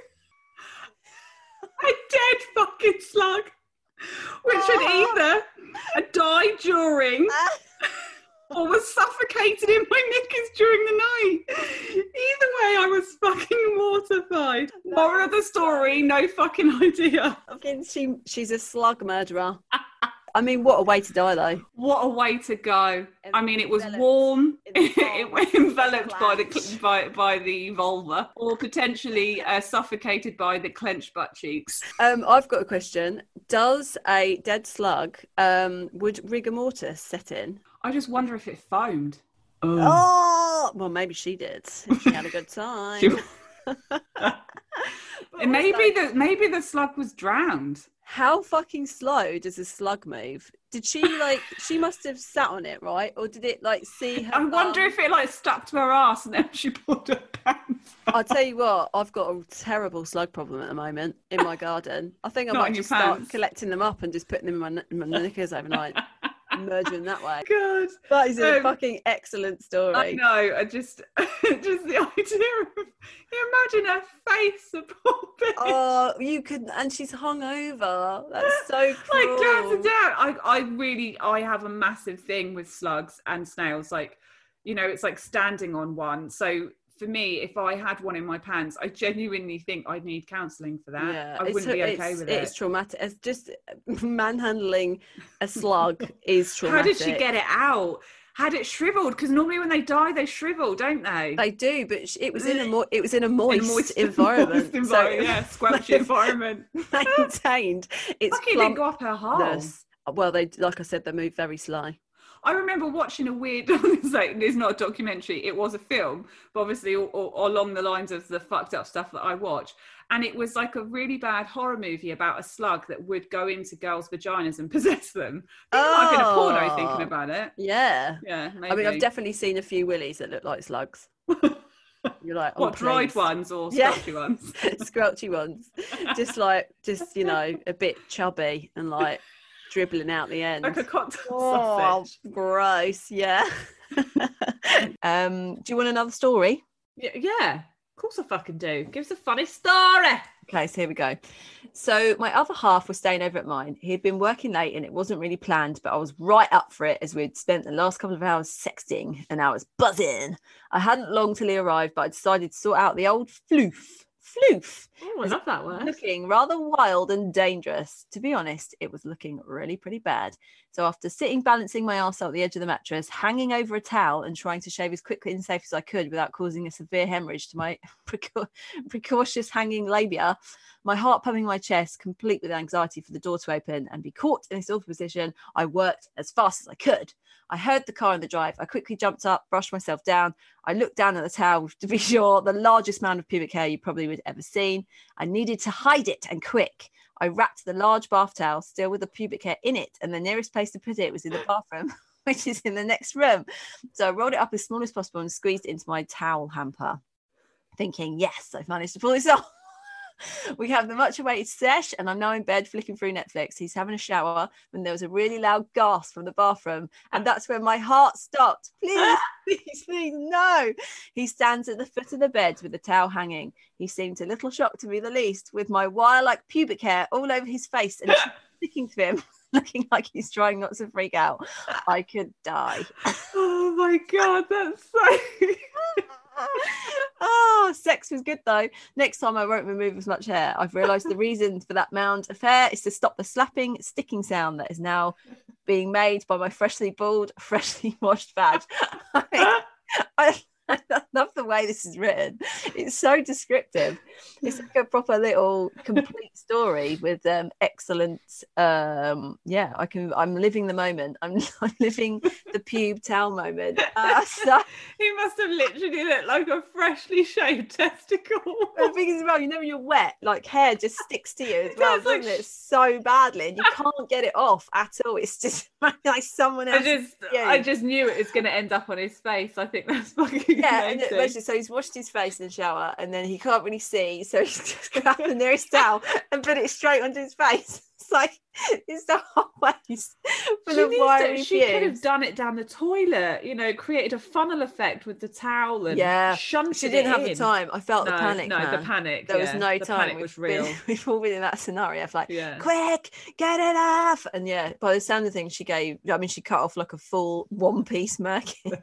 Speaker 2: A dead fucking slug.
Speaker 4: which had either died during or was suffocated in my knickers during the night. Either way, I was fucking mortified. Moral of the story, no fucking idea.
Speaker 1: Fucking she, she's a slug murderer. I mean, what a way to die, though.
Speaker 4: What a way to go! I mean, it was
Speaker 1: Enveloped
Speaker 4: warm.
Speaker 1: in the
Speaker 4: It was
Speaker 1: vulva.
Speaker 4: enveloped by the cl-
Speaker 1: Clutch.
Speaker 4: by, by the vulva, or potentially uh, suffocated by the clenched butt cheeks.
Speaker 1: Um, I've got a question. Does a dead slug, um, would rigor mortis set in?
Speaker 4: I just wonder if it foamed.
Speaker 1: Oh, well, maybe she did. if She had a good time.
Speaker 4: She-
Speaker 1: But
Speaker 4: And maybe
Speaker 1: also,
Speaker 4: the maybe the slug was drowned.
Speaker 1: how fucking slow does a slug move? Did she like? she must have sat on it, right? Or did it like see her?
Speaker 4: I wonder
Speaker 1: bum?
Speaker 4: if it like stuck to her ass and then she pulled her pants.
Speaker 1: I'll tell you what, I've got a terrible slug problem at the moment in my garden. I think I
Speaker 4: Not in
Speaker 1: might
Speaker 4: your
Speaker 1: just start
Speaker 4: pants.
Speaker 1: collecting them up and just putting them in my, kn- in my knickers overnight, merge them that way.
Speaker 4: God,
Speaker 1: That is a
Speaker 4: Um,
Speaker 1: fucking excellent story.
Speaker 4: I know. I just just the idea of imagine her face, a poor bitch.
Speaker 1: Oh, you could, and she's hungover. That's so
Speaker 4: like
Speaker 1: cruel.
Speaker 4: glancing down. I, I really, I have a massive thing with slugs and snails. Like, you know, it's like standing on one. So for me, if I had one in my pants, I genuinely think I'd need counselling for that.
Speaker 1: Yeah,
Speaker 4: I
Speaker 1: it's,
Speaker 4: wouldn't be okay
Speaker 1: it's,
Speaker 4: with
Speaker 1: it's
Speaker 4: it.
Speaker 1: traumatic. It's just manhandling a slug is
Speaker 4: How
Speaker 1: traumatic.
Speaker 4: did she get it out? Had it shriveled? Because normally when they die, they shrivel, don't they?
Speaker 1: They do, but sh- it was in a mo- it was in a moist, environment,
Speaker 4: moist environment, yeah, squelchy environment.
Speaker 1: so it maintained its
Speaker 4: Lucky it didn't go up her hole.
Speaker 1: plumpness. uh, Well, they like I said, they move very sly.
Speaker 4: I remember watching a weird. it's like it's not a documentary. It was a film, but obviously or, along the lines of the fucked up stuff that I watch. And it was like a really bad horror movie about a slug that would go into girls' vaginas and possess them. It might have been a porno
Speaker 1: Oh.
Speaker 4: thinking about it.
Speaker 1: Yeah,
Speaker 4: Yeah, maybe.
Speaker 1: I mean, I've definitely seen a few willies that look like slugs. You're like, oh,
Speaker 4: what dried
Speaker 1: please.
Speaker 4: ones or
Speaker 1: Yeah.
Speaker 4: stretchy ones?
Speaker 1: scrouchy ones, just like just you know a bit chubby and like dribbling out the end.
Speaker 4: like a cocktail
Speaker 1: Oh,
Speaker 4: sausage.
Speaker 1: gross! Yeah. um, do you want another story?
Speaker 6: Yeah, yeah, of course I fucking do. Give us a funny story.
Speaker 1: Okay, so here we go. So my other half was staying over at mine. He had been working late and it wasn't really planned, but I was right up for it as we'd spent the last couple of hours sexting and I was buzzing. I hadn't long till he arrived, but I decided to sort out the old floof. Floof.
Speaker 6: Oh, I love that word.
Speaker 1: looking rather wild and dangerous. To be honest, it was looking really pretty bad. So after sitting balancing my arse out the edge of the mattress, hanging over a towel and trying to shave as quickly and safe as I could without causing a severe hemorrhage to my precau- precocious hanging labia, my heart pumping my chest, complete with anxiety for the door to open and be caught in this awful position, I worked as fast as I could. I heard the car in the drive. I quickly jumped up, brushed myself down. I looked down at the towel to be sure, the largest mound of pubic hair you probably would ever seen. I needed to hide it and quick. I wrapped the large bath towel, still with the pubic hair in it, and the nearest place to put it was in the bathroom, which is in the next room. So I rolled it up as small as possible and squeezed it into my towel hamper, thinking, yes, I've managed to pull this off. We have the much awaited sesh, and I'm now in bed flicking through Netflix. He's having a shower when there was a really loud gasp from the bathroom, and that's when my heart stopped. Please, please, please, no. He stands at the foot of the bed with the towel hanging. He seemed a little shocked to be the least, with my wire like pubic hair all over his face and sticking to him, looking like he's trying not to freak out. I could die.
Speaker 4: Oh my god, that's so.
Speaker 1: oh, sex was good though. Next time I won't remove as much hair. I've realised the reason for that mound of hair is to stop the slapping, sticking sound that is now being made by my freshly bald, freshly washed vag. I, I, I love the way this is written. It's so descriptive. It's like a proper little complete story with um, excellent. Um, yeah, I can. I'm living the moment. I'm, I'm living the pube towel moment. Uh, so,
Speaker 4: he must have literally looked like a freshly shaved testicle.
Speaker 1: the thing is, as well, you know, when you're wet, like hair just sticks to you as well,
Speaker 4: does, like,
Speaker 1: doesn't it? So badly, and you can't get it off at all. It's just like someone
Speaker 6: I
Speaker 1: else.
Speaker 6: just,
Speaker 1: Yeah.
Speaker 6: I just knew it was going to end up on his face. I think that's fucking
Speaker 1: yeah, and it-
Speaker 6: amazing.
Speaker 1: basically, so he's washed his face in the shower, and then he can't really see, so he's just grabbed the nearest towel and put it straight onto his face. just like it's the hallways full
Speaker 4: she
Speaker 1: of
Speaker 4: needs to-
Speaker 1: wiry
Speaker 4: she could have
Speaker 1: views.
Speaker 4: done it down the toilet, you know, created a funnel effect with the towel and
Speaker 1: Yeah.
Speaker 4: shunted
Speaker 1: She didn't
Speaker 4: it
Speaker 1: have the
Speaker 4: in.
Speaker 1: time. I felt
Speaker 4: No,
Speaker 1: the panic.
Speaker 4: no, the
Speaker 1: man.
Speaker 4: panic.
Speaker 1: There
Speaker 4: yeah.
Speaker 1: was no
Speaker 4: the
Speaker 1: time.
Speaker 4: Panic
Speaker 1: We've
Speaker 4: was
Speaker 1: been-
Speaker 4: real.
Speaker 1: we've all been in that scenario. Of like,
Speaker 4: yeah.
Speaker 1: quick, get it off. And yeah, by the sound of things, she gave, I mean, she cut off like a full one piece merkin,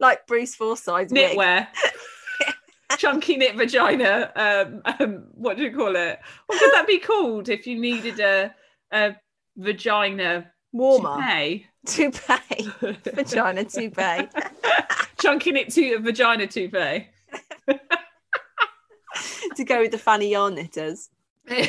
Speaker 1: like Bruce Forsyth's wig.
Speaker 4: Knitwear. Chunky knit vagina. Um, um, what do you call it? What could that be called if you needed a a vagina
Speaker 1: Warmer,
Speaker 4: toupee?
Speaker 1: toupee, vagina toupee.
Speaker 4: Chunky knit to a vagina toupee.
Speaker 1: to go with the fanny yarn knitters. Could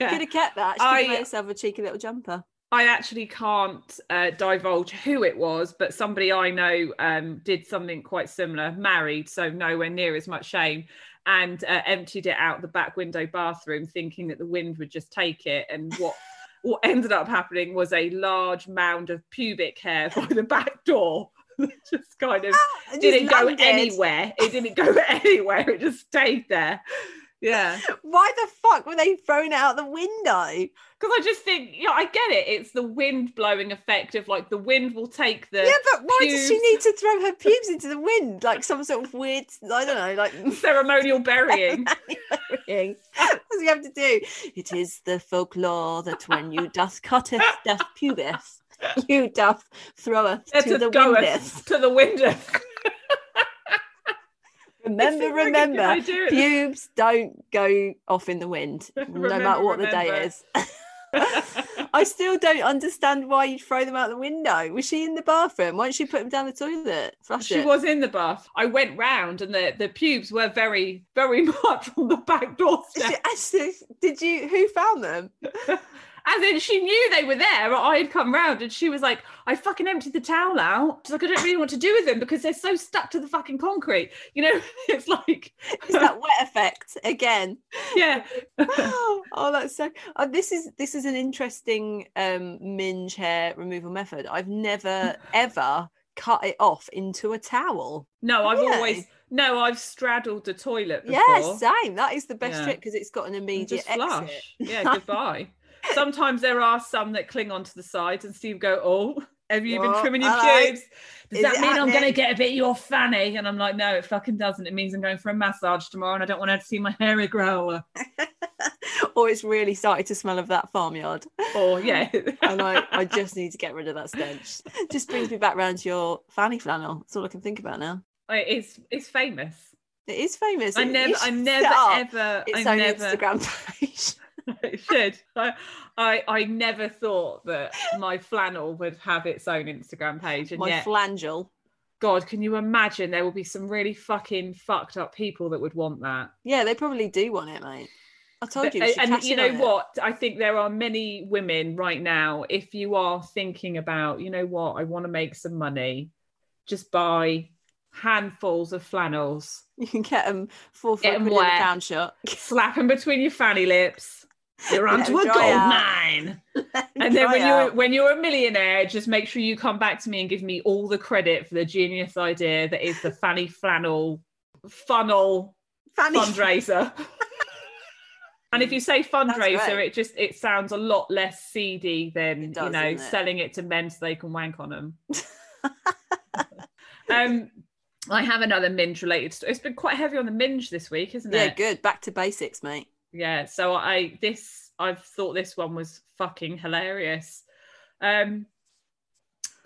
Speaker 4: yeah.
Speaker 1: have kept that. She could
Speaker 4: I-
Speaker 1: have made herself a cheeky little jumper.
Speaker 4: I actually can't uh, divulge who it was, but somebody I know um, did something quite similar, married, so nowhere near as much shame, and uh, emptied it out the back window bathroom, thinking that the wind would just take it. And what what ended up happening was a large mound of pubic hair by the back door. just kind of
Speaker 1: It
Speaker 4: didn't
Speaker 1: just
Speaker 4: go
Speaker 1: landed.
Speaker 4: anywhere. It didn't go anywhere. It just stayed there. Yeah.
Speaker 1: Why the fuck were they thrown out the window?
Speaker 4: Because I just think, yeah, I get it. It's the wind blowing effect of like the wind will take the.
Speaker 1: Yeah, but why does she
Speaker 4: pubes.
Speaker 1: need to throw her pubes into the wind like some sort of weird? I don't know, like
Speaker 4: ceremonial burying.
Speaker 1: thing. That's what you have to do. It is the folklore that when you doth cutteth, doth pubis, you doth throweth
Speaker 4: Let
Speaker 1: to
Speaker 4: us
Speaker 1: the
Speaker 4: go
Speaker 1: windeth.
Speaker 4: to the window.
Speaker 1: Remember, remember, pubes don't go off in the wind, no matter
Speaker 4: Remember,
Speaker 1: what the day
Speaker 4: remember.
Speaker 1: is. I still don't understand why you'd throw them out the window. Was she in the bathroom? Why didn't she put them down the toilet? Flush
Speaker 4: She
Speaker 1: it.
Speaker 4: was in the bath. I went round and the, the pubes were very, very much on the back
Speaker 1: She-
Speaker 4: doorstep.
Speaker 1: actually, did you? Who found them?
Speaker 4: As in, she knew they were there. I had come round and she was like, I fucking emptied the towel out. She's like, I don't really know what to do with them because they're so stuck to the fucking concrete. You know, it's like,
Speaker 1: It's that wet effect again.
Speaker 4: yeah.
Speaker 1: oh, that's so. Oh, this is this is an interesting um, minge hair removal method. I've never ever cut it off into a towel.
Speaker 4: No, I've
Speaker 1: Really?
Speaker 4: always, no, I've straddled the toilet before.
Speaker 1: Yes, same. That is the best
Speaker 4: Yeah.
Speaker 1: trick because it's got an
Speaker 4: and
Speaker 1: immediate
Speaker 4: just
Speaker 1: exit.
Speaker 4: flush. Yeah, goodbye. Sometimes there are some that cling onto the sides, and Steve go, "Oh, have you been
Speaker 1: What?
Speaker 4: trimming your
Speaker 1: Hello?
Speaker 4: pubes? Does
Speaker 1: Is
Speaker 4: that
Speaker 1: it
Speaker 4: mean I'm going
Speaker 1: happening?"
Speaker 4: to get a bit of your fanny?" And I'm like, "No, it fucking doesn't. It means I'm going for a massage tomorrow, and I don't want her to see my hair grow."
Speaker 1: or it's really started to smell of that farmyard,
Speaker 4: Or yeah,
Speaker 1: and I I just need to get rid of that stench. Just brings me back round to your fanny flannel. That's all I can think about now.
Speaker 4: it's it's famous.
Speaker 1: It is famous.
Speaker 4: I
Speaker 1: It- you
Speaker 4: never, I
Speaker 1: should
Speaker 4: never,
Speaker 1: set up
Speaker 4: ever,
Speaker 1: Its
Speaker 4: I
Speaker 1: own
Speaker 4: never.
Speaker 1: Instagram page.
Speaker 4: it should. I, I, I never thought that my flannel would have its own Instagram page, and
Speaker 1: My
Speaker 4: yet
Speaker 1: flangel.
Speaker 4: God, can you imagine? There will be some really fucking fucked up people that would want that.
Speaker 1: Yeah, they probably do want it, mate. I told you. we
Speaker 4: And-
Speaker 1: should
Speaker 4: and
Speaker 1: cash
Speaker 4: you
Speaker 1: in
Speaker 4: know
Speaker 1: on it.
Speaker 4: what? I think there are many women right now. If you are thinking about, you know what, I want to make some money, just buy handfuls of flannels,
Speaker 1: You can get them for for
Speaker 4: Get
Speaker 1: a
Speaker 4: 'em
Speaker 1: quid in the
Speaker 4: wet.
Speaker 1: pound shop.
Speaker 4: slap them between your fanny lips. You're
Speaker 1: Let
Speaker 4: onto
Speaker 1: them
Speaker 4: a
Speaker 1: dry
Speaker 4: gold
Speaker 1: out.
Speaker 4: mine.
Speaker 1: Oh,
Speaker 4: And then when you're when you're a millionaire, just make sure you come back to me and give me all the credit for the genius idea that is the fanny flannel funnel
Speaker 1: fanny,
Speaker 4: fundraiser. and if you say fundraiser,
Speaker 1: great.
Speaker 4: it just it sounds a lot less seedy than
Speaker 1: It does,
Speaker 4: you know
Speaker 1: doesn't it?
Speaker 4: selling it to men so they can wank on them. um, I have another minge related. St- it's been quite heavy on the minge this week, isn't
Speaker 1: yeah,
Speaker 4: it?
Speaker 1: good. Back to basics, mate.
Speaker 4: Yeah. So I this I've thought this one was fucking hilarious. Um.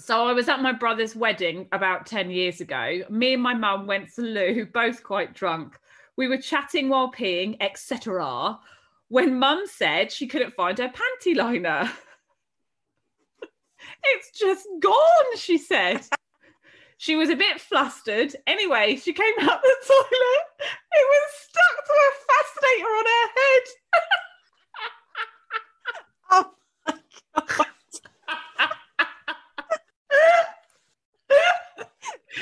Speaker 4: So I was at my brother's wedding about 10 years ago. Me and my mum went to the loo, both quite drunk. We were chatting while peeing, etc. When mum said she couldn't find her panty liner. it's just gone, she said. she was a bit flustered. Anyway, she came out the toilet. It was stuck to a fascinator on her head.
Speaker 1: Oh,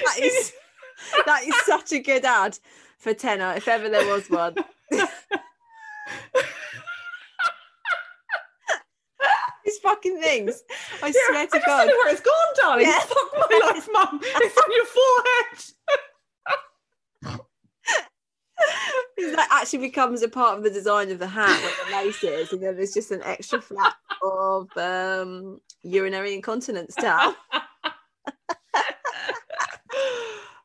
Speaker 1: that is that is such a good ad for tenor, if ever there was one. These fucking things. I
Speaker 4: Yeah,
Speaker 1: swear
Speaker 4: I
Speaker 1: to
Speaker 4: just
Speaker 1: God.
Speaker 4: don't know where it's gone, darling.
Speaker 1: Yeah.
Speaker 4: Fuck my life, mum. It's on your forehead.
Speaker 1: that actually becomes a part of the design of the hat where the lace is, and then there's just an extra flap of um, urinary incontinence towel.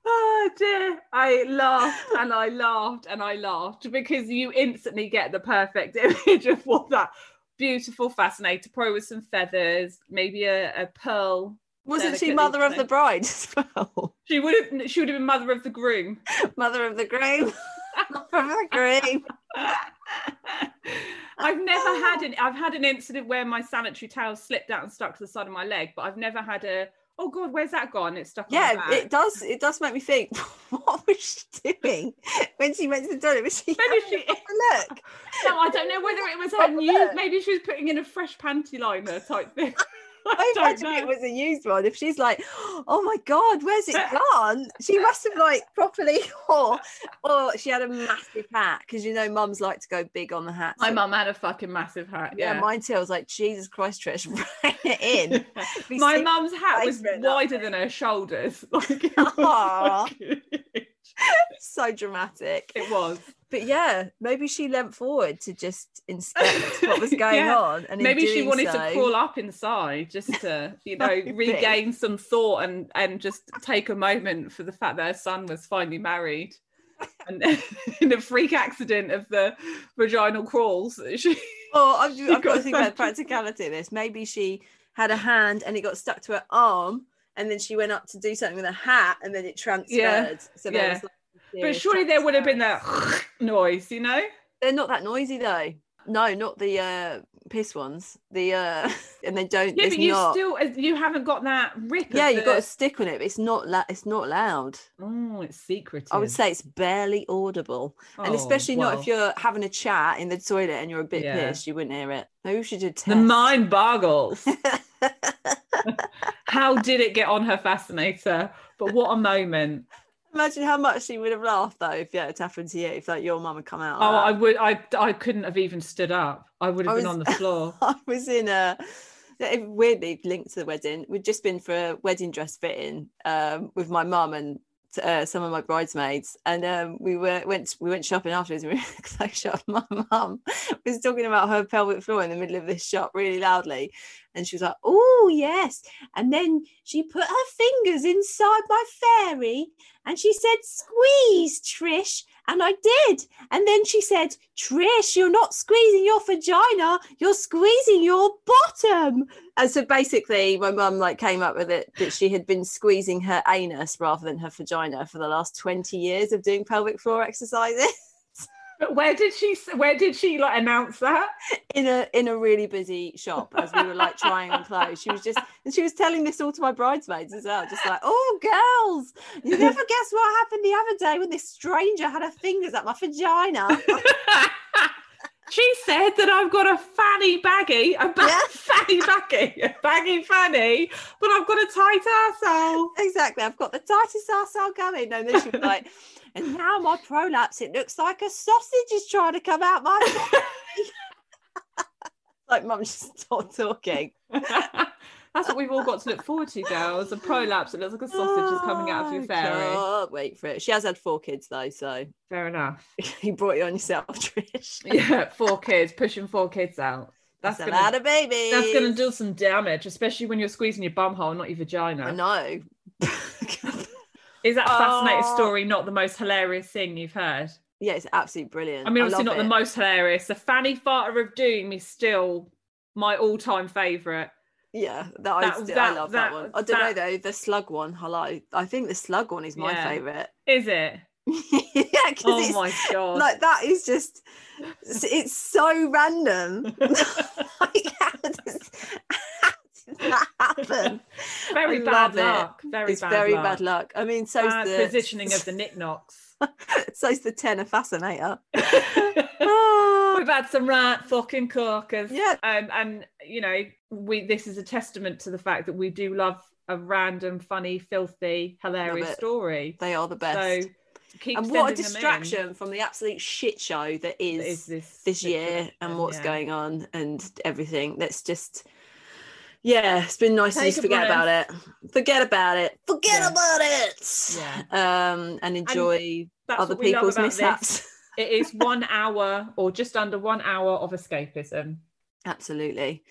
Speaker 4: oh dear i laughed and i laughed and i laughed because you instantly get the perfect image of what that beautiful fascinator pro with some feathers maybe a, a pearl
Speaker 1: Wasn't she
Speaker 4: Delicately
Speaker 1: mother of the
Speaker 4: placed.
Speaker 1: bride as well?
Speaker 4: she would have she would have been mother of the groom
Speaker 1: Mother of the groom. Mother of the groom.
Speaker 4: I've
Speaker 1: Oh.
Speaker 4: never had an I've had an incident where my sanitary towel slipped out and stuck to the side of my leg, but I've never had a oh god, where's that gone? It's stuck. on my
Speaker 1: Yeah,
Speaker 4: back."
Speaker 1: it does. It does make me think. What was she doing when she went to the toilet? Was she?
Speaker 4: Maybe
Speaker 1: having
Speaker 4: she-
Speaker 1: a proper Look.
Speaker 4: No, I don't know whether it was her new. Maybe she was putting in a fresh panty liner type thing.
Speaker 1: I
Speaker 4: I don't
Speaker 1: imagine it
Speaker 4: know.
Speaker 1: was a used one. If she's like, "Oh my god, where's it gone?" She must have like properly, or or she had a massive hat because you know mums like to go big on the hats.
Speaker 4: My
Speaker 1: So-
Speaker 4: mum had a fucking massive hat.
Speaker 1: Yeah,
Speaker 4: Yeah,
Speaker 1: mine too. I was like, Jesus Christ, Trish, rein it in. Be
Speaker 4: my
Speaker 1: seen-
Speaker 4: mum's hat was
Speaker 1: favourite, that
Speaker 4: wider than her shoulders. Like it
Speaker 1: Aw.
Speaker 4: was. fucking-
Speaker 1: so dramatic.
Speaker 4: it was.
Speaker 1: But yeah, maybe she leant forward to just inspect what was going
Speaker 4: Yeah.
Speaker 1: on, and in
Speaker 4: Maybe she
Speaker 1: doing
Speaker 4: wanted
Speaker 1: so-
Speaker 4: to crawl up inside just to, you know,
Speaker 1: Maybe.
Speaker 4: regain some thought and and just take a moment for the fact that her son was finally married. And in a freak accident of the vaginal crawls, she,
Speaker 1: Oh, I've,
Speaker 4: She
Speaker 1: I've got
Speaker 4: got
Speaker 1: to think about the
Speaker 4: affected.
Speaker 1: practicality of this. Maybe she had a hand and it got stuck to her arm, and then she went up to do something with a hat, and then it transferred. So there
Speaker 4: yeah.
Speaker 1: was like a
Speaker 4: but
Speaker 1: serious
Speaker 4: surely there would have been
Speaker 1: transference.
Speaker 4: that noise, you know?
Speaker 1: They're not that noisy though. No, not the uh, piss ones. The uh, and they don't.
Speaker 4: Yeah,
Speaker 1: it's
Speaker 4: but you
Speaker 1: not-
Speaker 4: still you haven't got that rip. of
Speaker 1: Yeah, you've got
Speaker 4: the-
Speaker 1: a stick on it, but it's not. La- it's not loud.
Speaker 4: Oh, it's secretive.
Speaker 1: I would say it's barely audible, and
Speaker 4: Oh,
Speaker 1: especially not
Speaker 4: well.
Speaker 1: if you're having a chat in the toilet and you're a bit
Speaker 4: Yeah.
Speaker 1: pissed, you wouldn't hear it. Maybe we should do a test.
Speaker 4: the mind boggles.
Speaker 1: mind.
Speaker 4: How did it get on her fascinator? But what a moment!
Speaker 1: Imagine how much she would have laughed though if yeah, it's happened to you, if like your mum had come out.
Speaker 4: Oh, I
Speaker 1: like
Speaker 4: would. I I couldn't have even stood up. I would have
Speaker 1: Uh, I
Speaker 4: been
Speaker 1: was-
Speaker 4: on the floor.
Speaker 1: that. I was in a it weirdly linked to the wedding. We'd just been for a wedding dress fitting um, with my mum and uh, some of my bridesmaids, and um, we were went we went shopping afterwards. And we were in a clothes shop. My mum was talking about her pelvic floor in the middle of this shop really loudly, and she was like, "Oh yes," and then she put her fingers inside my fairy, and she said, "Squeeze, Trish." And I did. And then she said, Trish, you're not squeezing your vagina, you're squeezing your bottom. And so basically my mum like came up with it that she had been squeezing her anus rather than her vagina for the last 20 years of doing pelvic floor exercises
Speaker 4: But where did she? s- Where did she like announce that?
Speaker 1: in a in a really busy shop as we were like trying on clothes. She was just and she was telling this all to my bridesmaids as well, just like, oh girls, you never guess what happened the other day when this stranger had her fingers up my vagina.
Speaker 4: she said that I've got a fanny baggy, a ba-
Speaker 1: Yeah.
Speaker 4: fanny baggy, a baggy fanny, but I've got a tight arsehole.
Speaker 1: exactly. I've got the tightest arsehole going. And then she was like, and now my prolapse, it looks like a sausage is trying to come out my body. like, mum, just stop talking.
Speaker 4: That's what we've all got to look forward to, girls. A prolapse. It looks like a sausage is coming out of your
Speaker 1: Oh,
Speaker 4: fairy.
Speaker 1: God, wait for it. She has had four kids, though, so
Speaker 4: Fair enough.
Speaker 1: you brought it on yourself, Trish.
Speaker 4: Yeah, four kids pushing four kids out.
Speaker 1: That's,
Speaker 4: That's
Speaker 1: a
Speaker 4: gonna,
Speaker 1: lot of babies.
Speaker 4: that's gonna do some damage, especially when you're squeezing your bum hole, not your vagina.
Speaker 1: I know.
Speaker 4: Is that fascinating
Speaker 1: Oh.
Speaker 4: story not the most hilarious thing you've heard?
Speaker 1: yeah, it's absolutely brilliant.
Speaker 4: I mean, obviously
Speaker 1: love
Speaker 4: not the
Speaker 1: it.
Speaker 4: most hilarious. The Fanny Farter of Doom is still my all-time favourite.
Speaker 1: Yeah, that, I,
Speaker 4: That-
Speaker 1: still, I
Speaker 4: that-
Speaker 1: love that,
Speaker 4: that-
Speaker 1: one. I don't
Speaker 4: that-
Speaker 1: know though. The slug one, hello. I think the slug one is my
Speaker 4: Yeah.
Speaker 1: favorite.
Speaker 4: Is it?
Speaker 1: yeah, because
Speaker 4: Oh
Speaker 1: it's
Speaker 4: my god!
Speaker 1: like that is just it's- it's so random. like, how does, how did that happen?
Speaker 4: very
Speaker 1: I
Speaker 4: bad
Speaker 1: love it.
Speaker 4: luck. Very
Speaker 1: it's
Speaker 4: bad
Speaker 1: very
Speaker 4: luck.
Speaker 1: bad luck. I mean, so's
Speaker 4: Bad
Speaker 1: the
Speaker 4: positioning of the knickknacks.
Speaker 1: so's the tenor fascinator.
Speaker 4: Oh, We've had some right fucking corkers.
Speaker 1: Yeah.
Speaker 4: Um, and you know, we this is a testament to the fact that we do love a random, funny, filthy, hilarious
Speaker 1: it.
Speaker 4: story.
Speaker 1: They are the best.
Speaker 4: So keep
Speaker 1: and what a
Speaker 4: sending them in.
Speaker 1: distraction from the absolute shit show that is,
Speaker 4: That is this
Speaker 1: this year and
Speaker 4: situation,
Speaker 1: what's
Speaker 4: yeah.
Speaker 1: going on and everything. Let's just, yeah, it's been nice to
Speaker 4: Take
Speaker 1: just
Speaker 4: a
Speaker 1: forget about it. Forget about it. Forget
Speaker 4: Yeah.
Speaker 1: about it. Um, and enjoy
Speaker 4: That's
Speaker 1: other
Speaker 4: what we love
Speaker 1: people's
Speaker 4: about this.
Speaker 1: mishaps.
Speaker 4: It is one hour or just under one hour of escapism.
Speaker 1: Absolutely.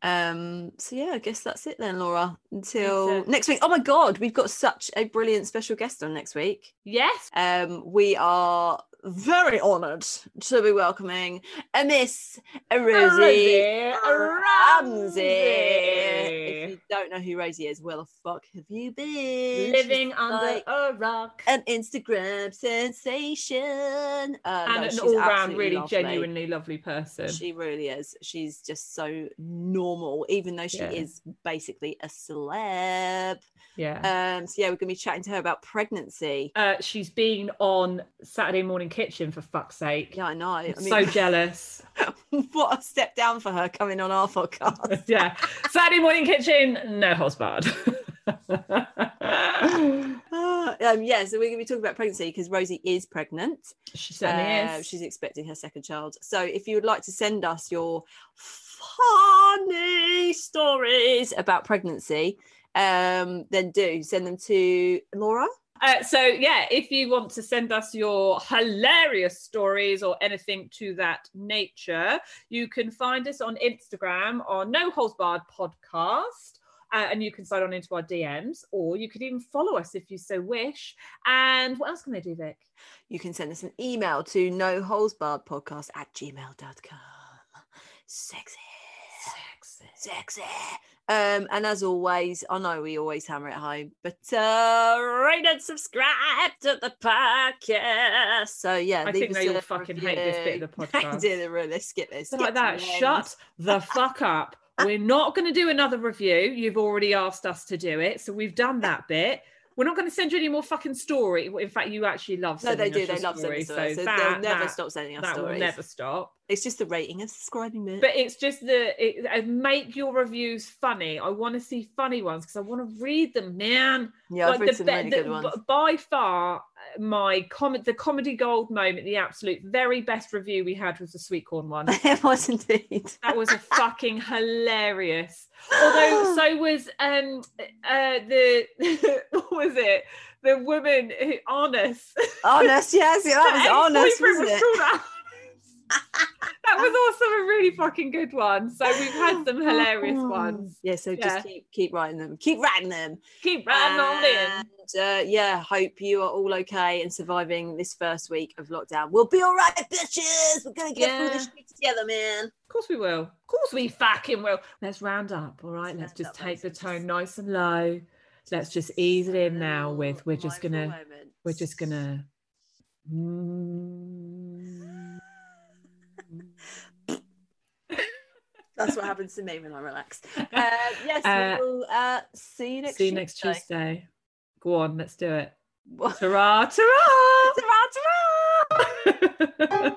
Speaker 1: Um, so yeah, I guess that's it then, Laura.
Speaker 4: Yes,
Speaker 1: Until
Speaker 4: sir.
Speaker 1: next week. Oh my god, we've got such a brilliant special guest on next week.
Speaker 4: Yes.
Speaker 1: Um, we are very honoured to be welcoming a Miss Rosie Ramsey. If you don't know who Rosie is, where the fuck have you been?
Speaker 4: Living
Speaker 1: She's
Speaker 4: under
Speaker 1: like
Speaker 4: a rock.
Speaker 1: an Instagram sensation Uh, no,
Speaker 4: and an
Speaker 1: she's
Speaker 4: all round,
Speaker 1: absolutely
Speaker 4: really
Speaker 1: lovely.
Speaker 4: genuinely lovely person.
Speaker 1: She really is. She's just so normal, even though she
Speaker 4: Yeah.
Speaker 1: is basically a celeb.
Speaker 4: yeah.
Speaker 1: Um, so yeah, we're gonna be chatting to her about pregnancy.
Speaker 4: Uh, she's been on Saturday Morning Kitchen for fuck's sake.
Speaker 1: Yeah, I know. I
Speaker 4: I'm so jealous.
Speaker 1: what a step down for her coming on our podcast.
Speaker 4: yeah. Saturday Morning Kitchen, no holds barred.
Speaker 1: Ah, um, yeah, so we're gonna be talking about pregnancy because Rosie is pregnant.
Speaker 4: she certainly
Speaker 1: Uh,
Speaker 4: is.
Speaker 1: She's expecting her second child. So if you would like to send us your funny stories about pregnancy, um, then do send them to Laura.
Speaker 4: Uh, so yeah, if you want to send us your hilarious stories or anything to that nature, you can find us on Instagram on No Holds Barred Podcast. Uh, and you can sign on into our DMs, or you could even follow us if you so wish. And what else can they do, Vic?
Speaker 1: You can send us an email to no holes barred podcast at gmail.com. Sexy. Sexy. Um, and as always, I know we always hammer it home, but uh, rate and subscribe to the podcast. So yeah,
Speaker 4: I
Speaker 1: leave
Speaker 4: think
Speaker 1: us
Speaker 4: they all
Speaker 1: a
Speaker 4: fucking hate this bit of the
Speaker 1: review. They
Speaker 4: podcast.
Speaker 1: do, they really skip this.
Speaker 4: So
Speaker 1: skip
Speaker 4: like
Speaker 1: to
Speaker 4: that.
Speaker 1: the end.
Speaker 4: Shut the fuck up. We're not going to do another review. You've already asked us to do it, so we've done that bit. We're not going to send you any more fucking story. In fact, you actually love.
Speaker 1: No, they
Speaker 4: sending
Speaker 1: do.
Speaker 4: us your
Speaker 1: They love sending stories.
Speaker 4: stories,
Speaker 1: So, they'll
Speaker 4: that-
Speaker 1: never
Speaker 4: that-
Speaker 1: stop sending us
Speaker 4: That
Speaker 1: stories.
Speaker 4: will never stop.
Speaker 1: It's just the rating and subscribing bit.
Speaker 4: But it's just the it, uh, make your reviews funny. I want to see funny ones because I want to read them, man.
Speaker 1: yeah, I've read some
Speaker 4: be-
Speaker 1: really good ones.
Speaker 4: b- by far uh, my comment, the comedy gold moment, the absolute very best review we had was the sweet corn one.
Speaker 1: it was indeed.
Speaker 4: That was a fucking hilarious. Although so was um uh the what was it? The woman who honest.
Speaker 1: honest, yes, yeah, that was honest, wasn't it?
Speaker 4: that was also a really fucking good one. So we've had some hilarious
Speaker 1: Oh.
Speaker 4: ones.
Speaker 1: Yeah, so
Speaker 4: Yeah.
Speaker 1: just keep keep writing them. Keep writing them.
Speaker 4: Keep riding on in.
Speaker 1: And, uh, yeah, hope you are all okay and surviving this first week of lockdown. We'll be all right, bitches. We're gonna get through
Speaker 4: Yeah.
Speaker 1: this shit together, man.
Speaker 4: Of course we will. Of course we fucking will. Let's round up. All right. Let's
Speaker 1: Round
Speaker 4: just
Speaker 1: up,
Speaker 4: take
Speaker 1: let's
Speaker 4: the
Speaker 1: just-
Speaker 4: tone nice and low. Let's just ease it in now with we're just
Speaker 1: Mindful
Speaker 4: gonna
Speaker 1: moments.
Speaker 4: We're just gonna. Mm.
Speaker 1: That's what happens to me when I relax. Uh, yes,
Speaker 4: Uh,
Speaker 1: we will uh, see you next.
Speaker 4: See you next Tuesday. Go on, let's do it.
Speaker 1: What?
Speaker 4: Ta-ra, ta-ra! ta-ra!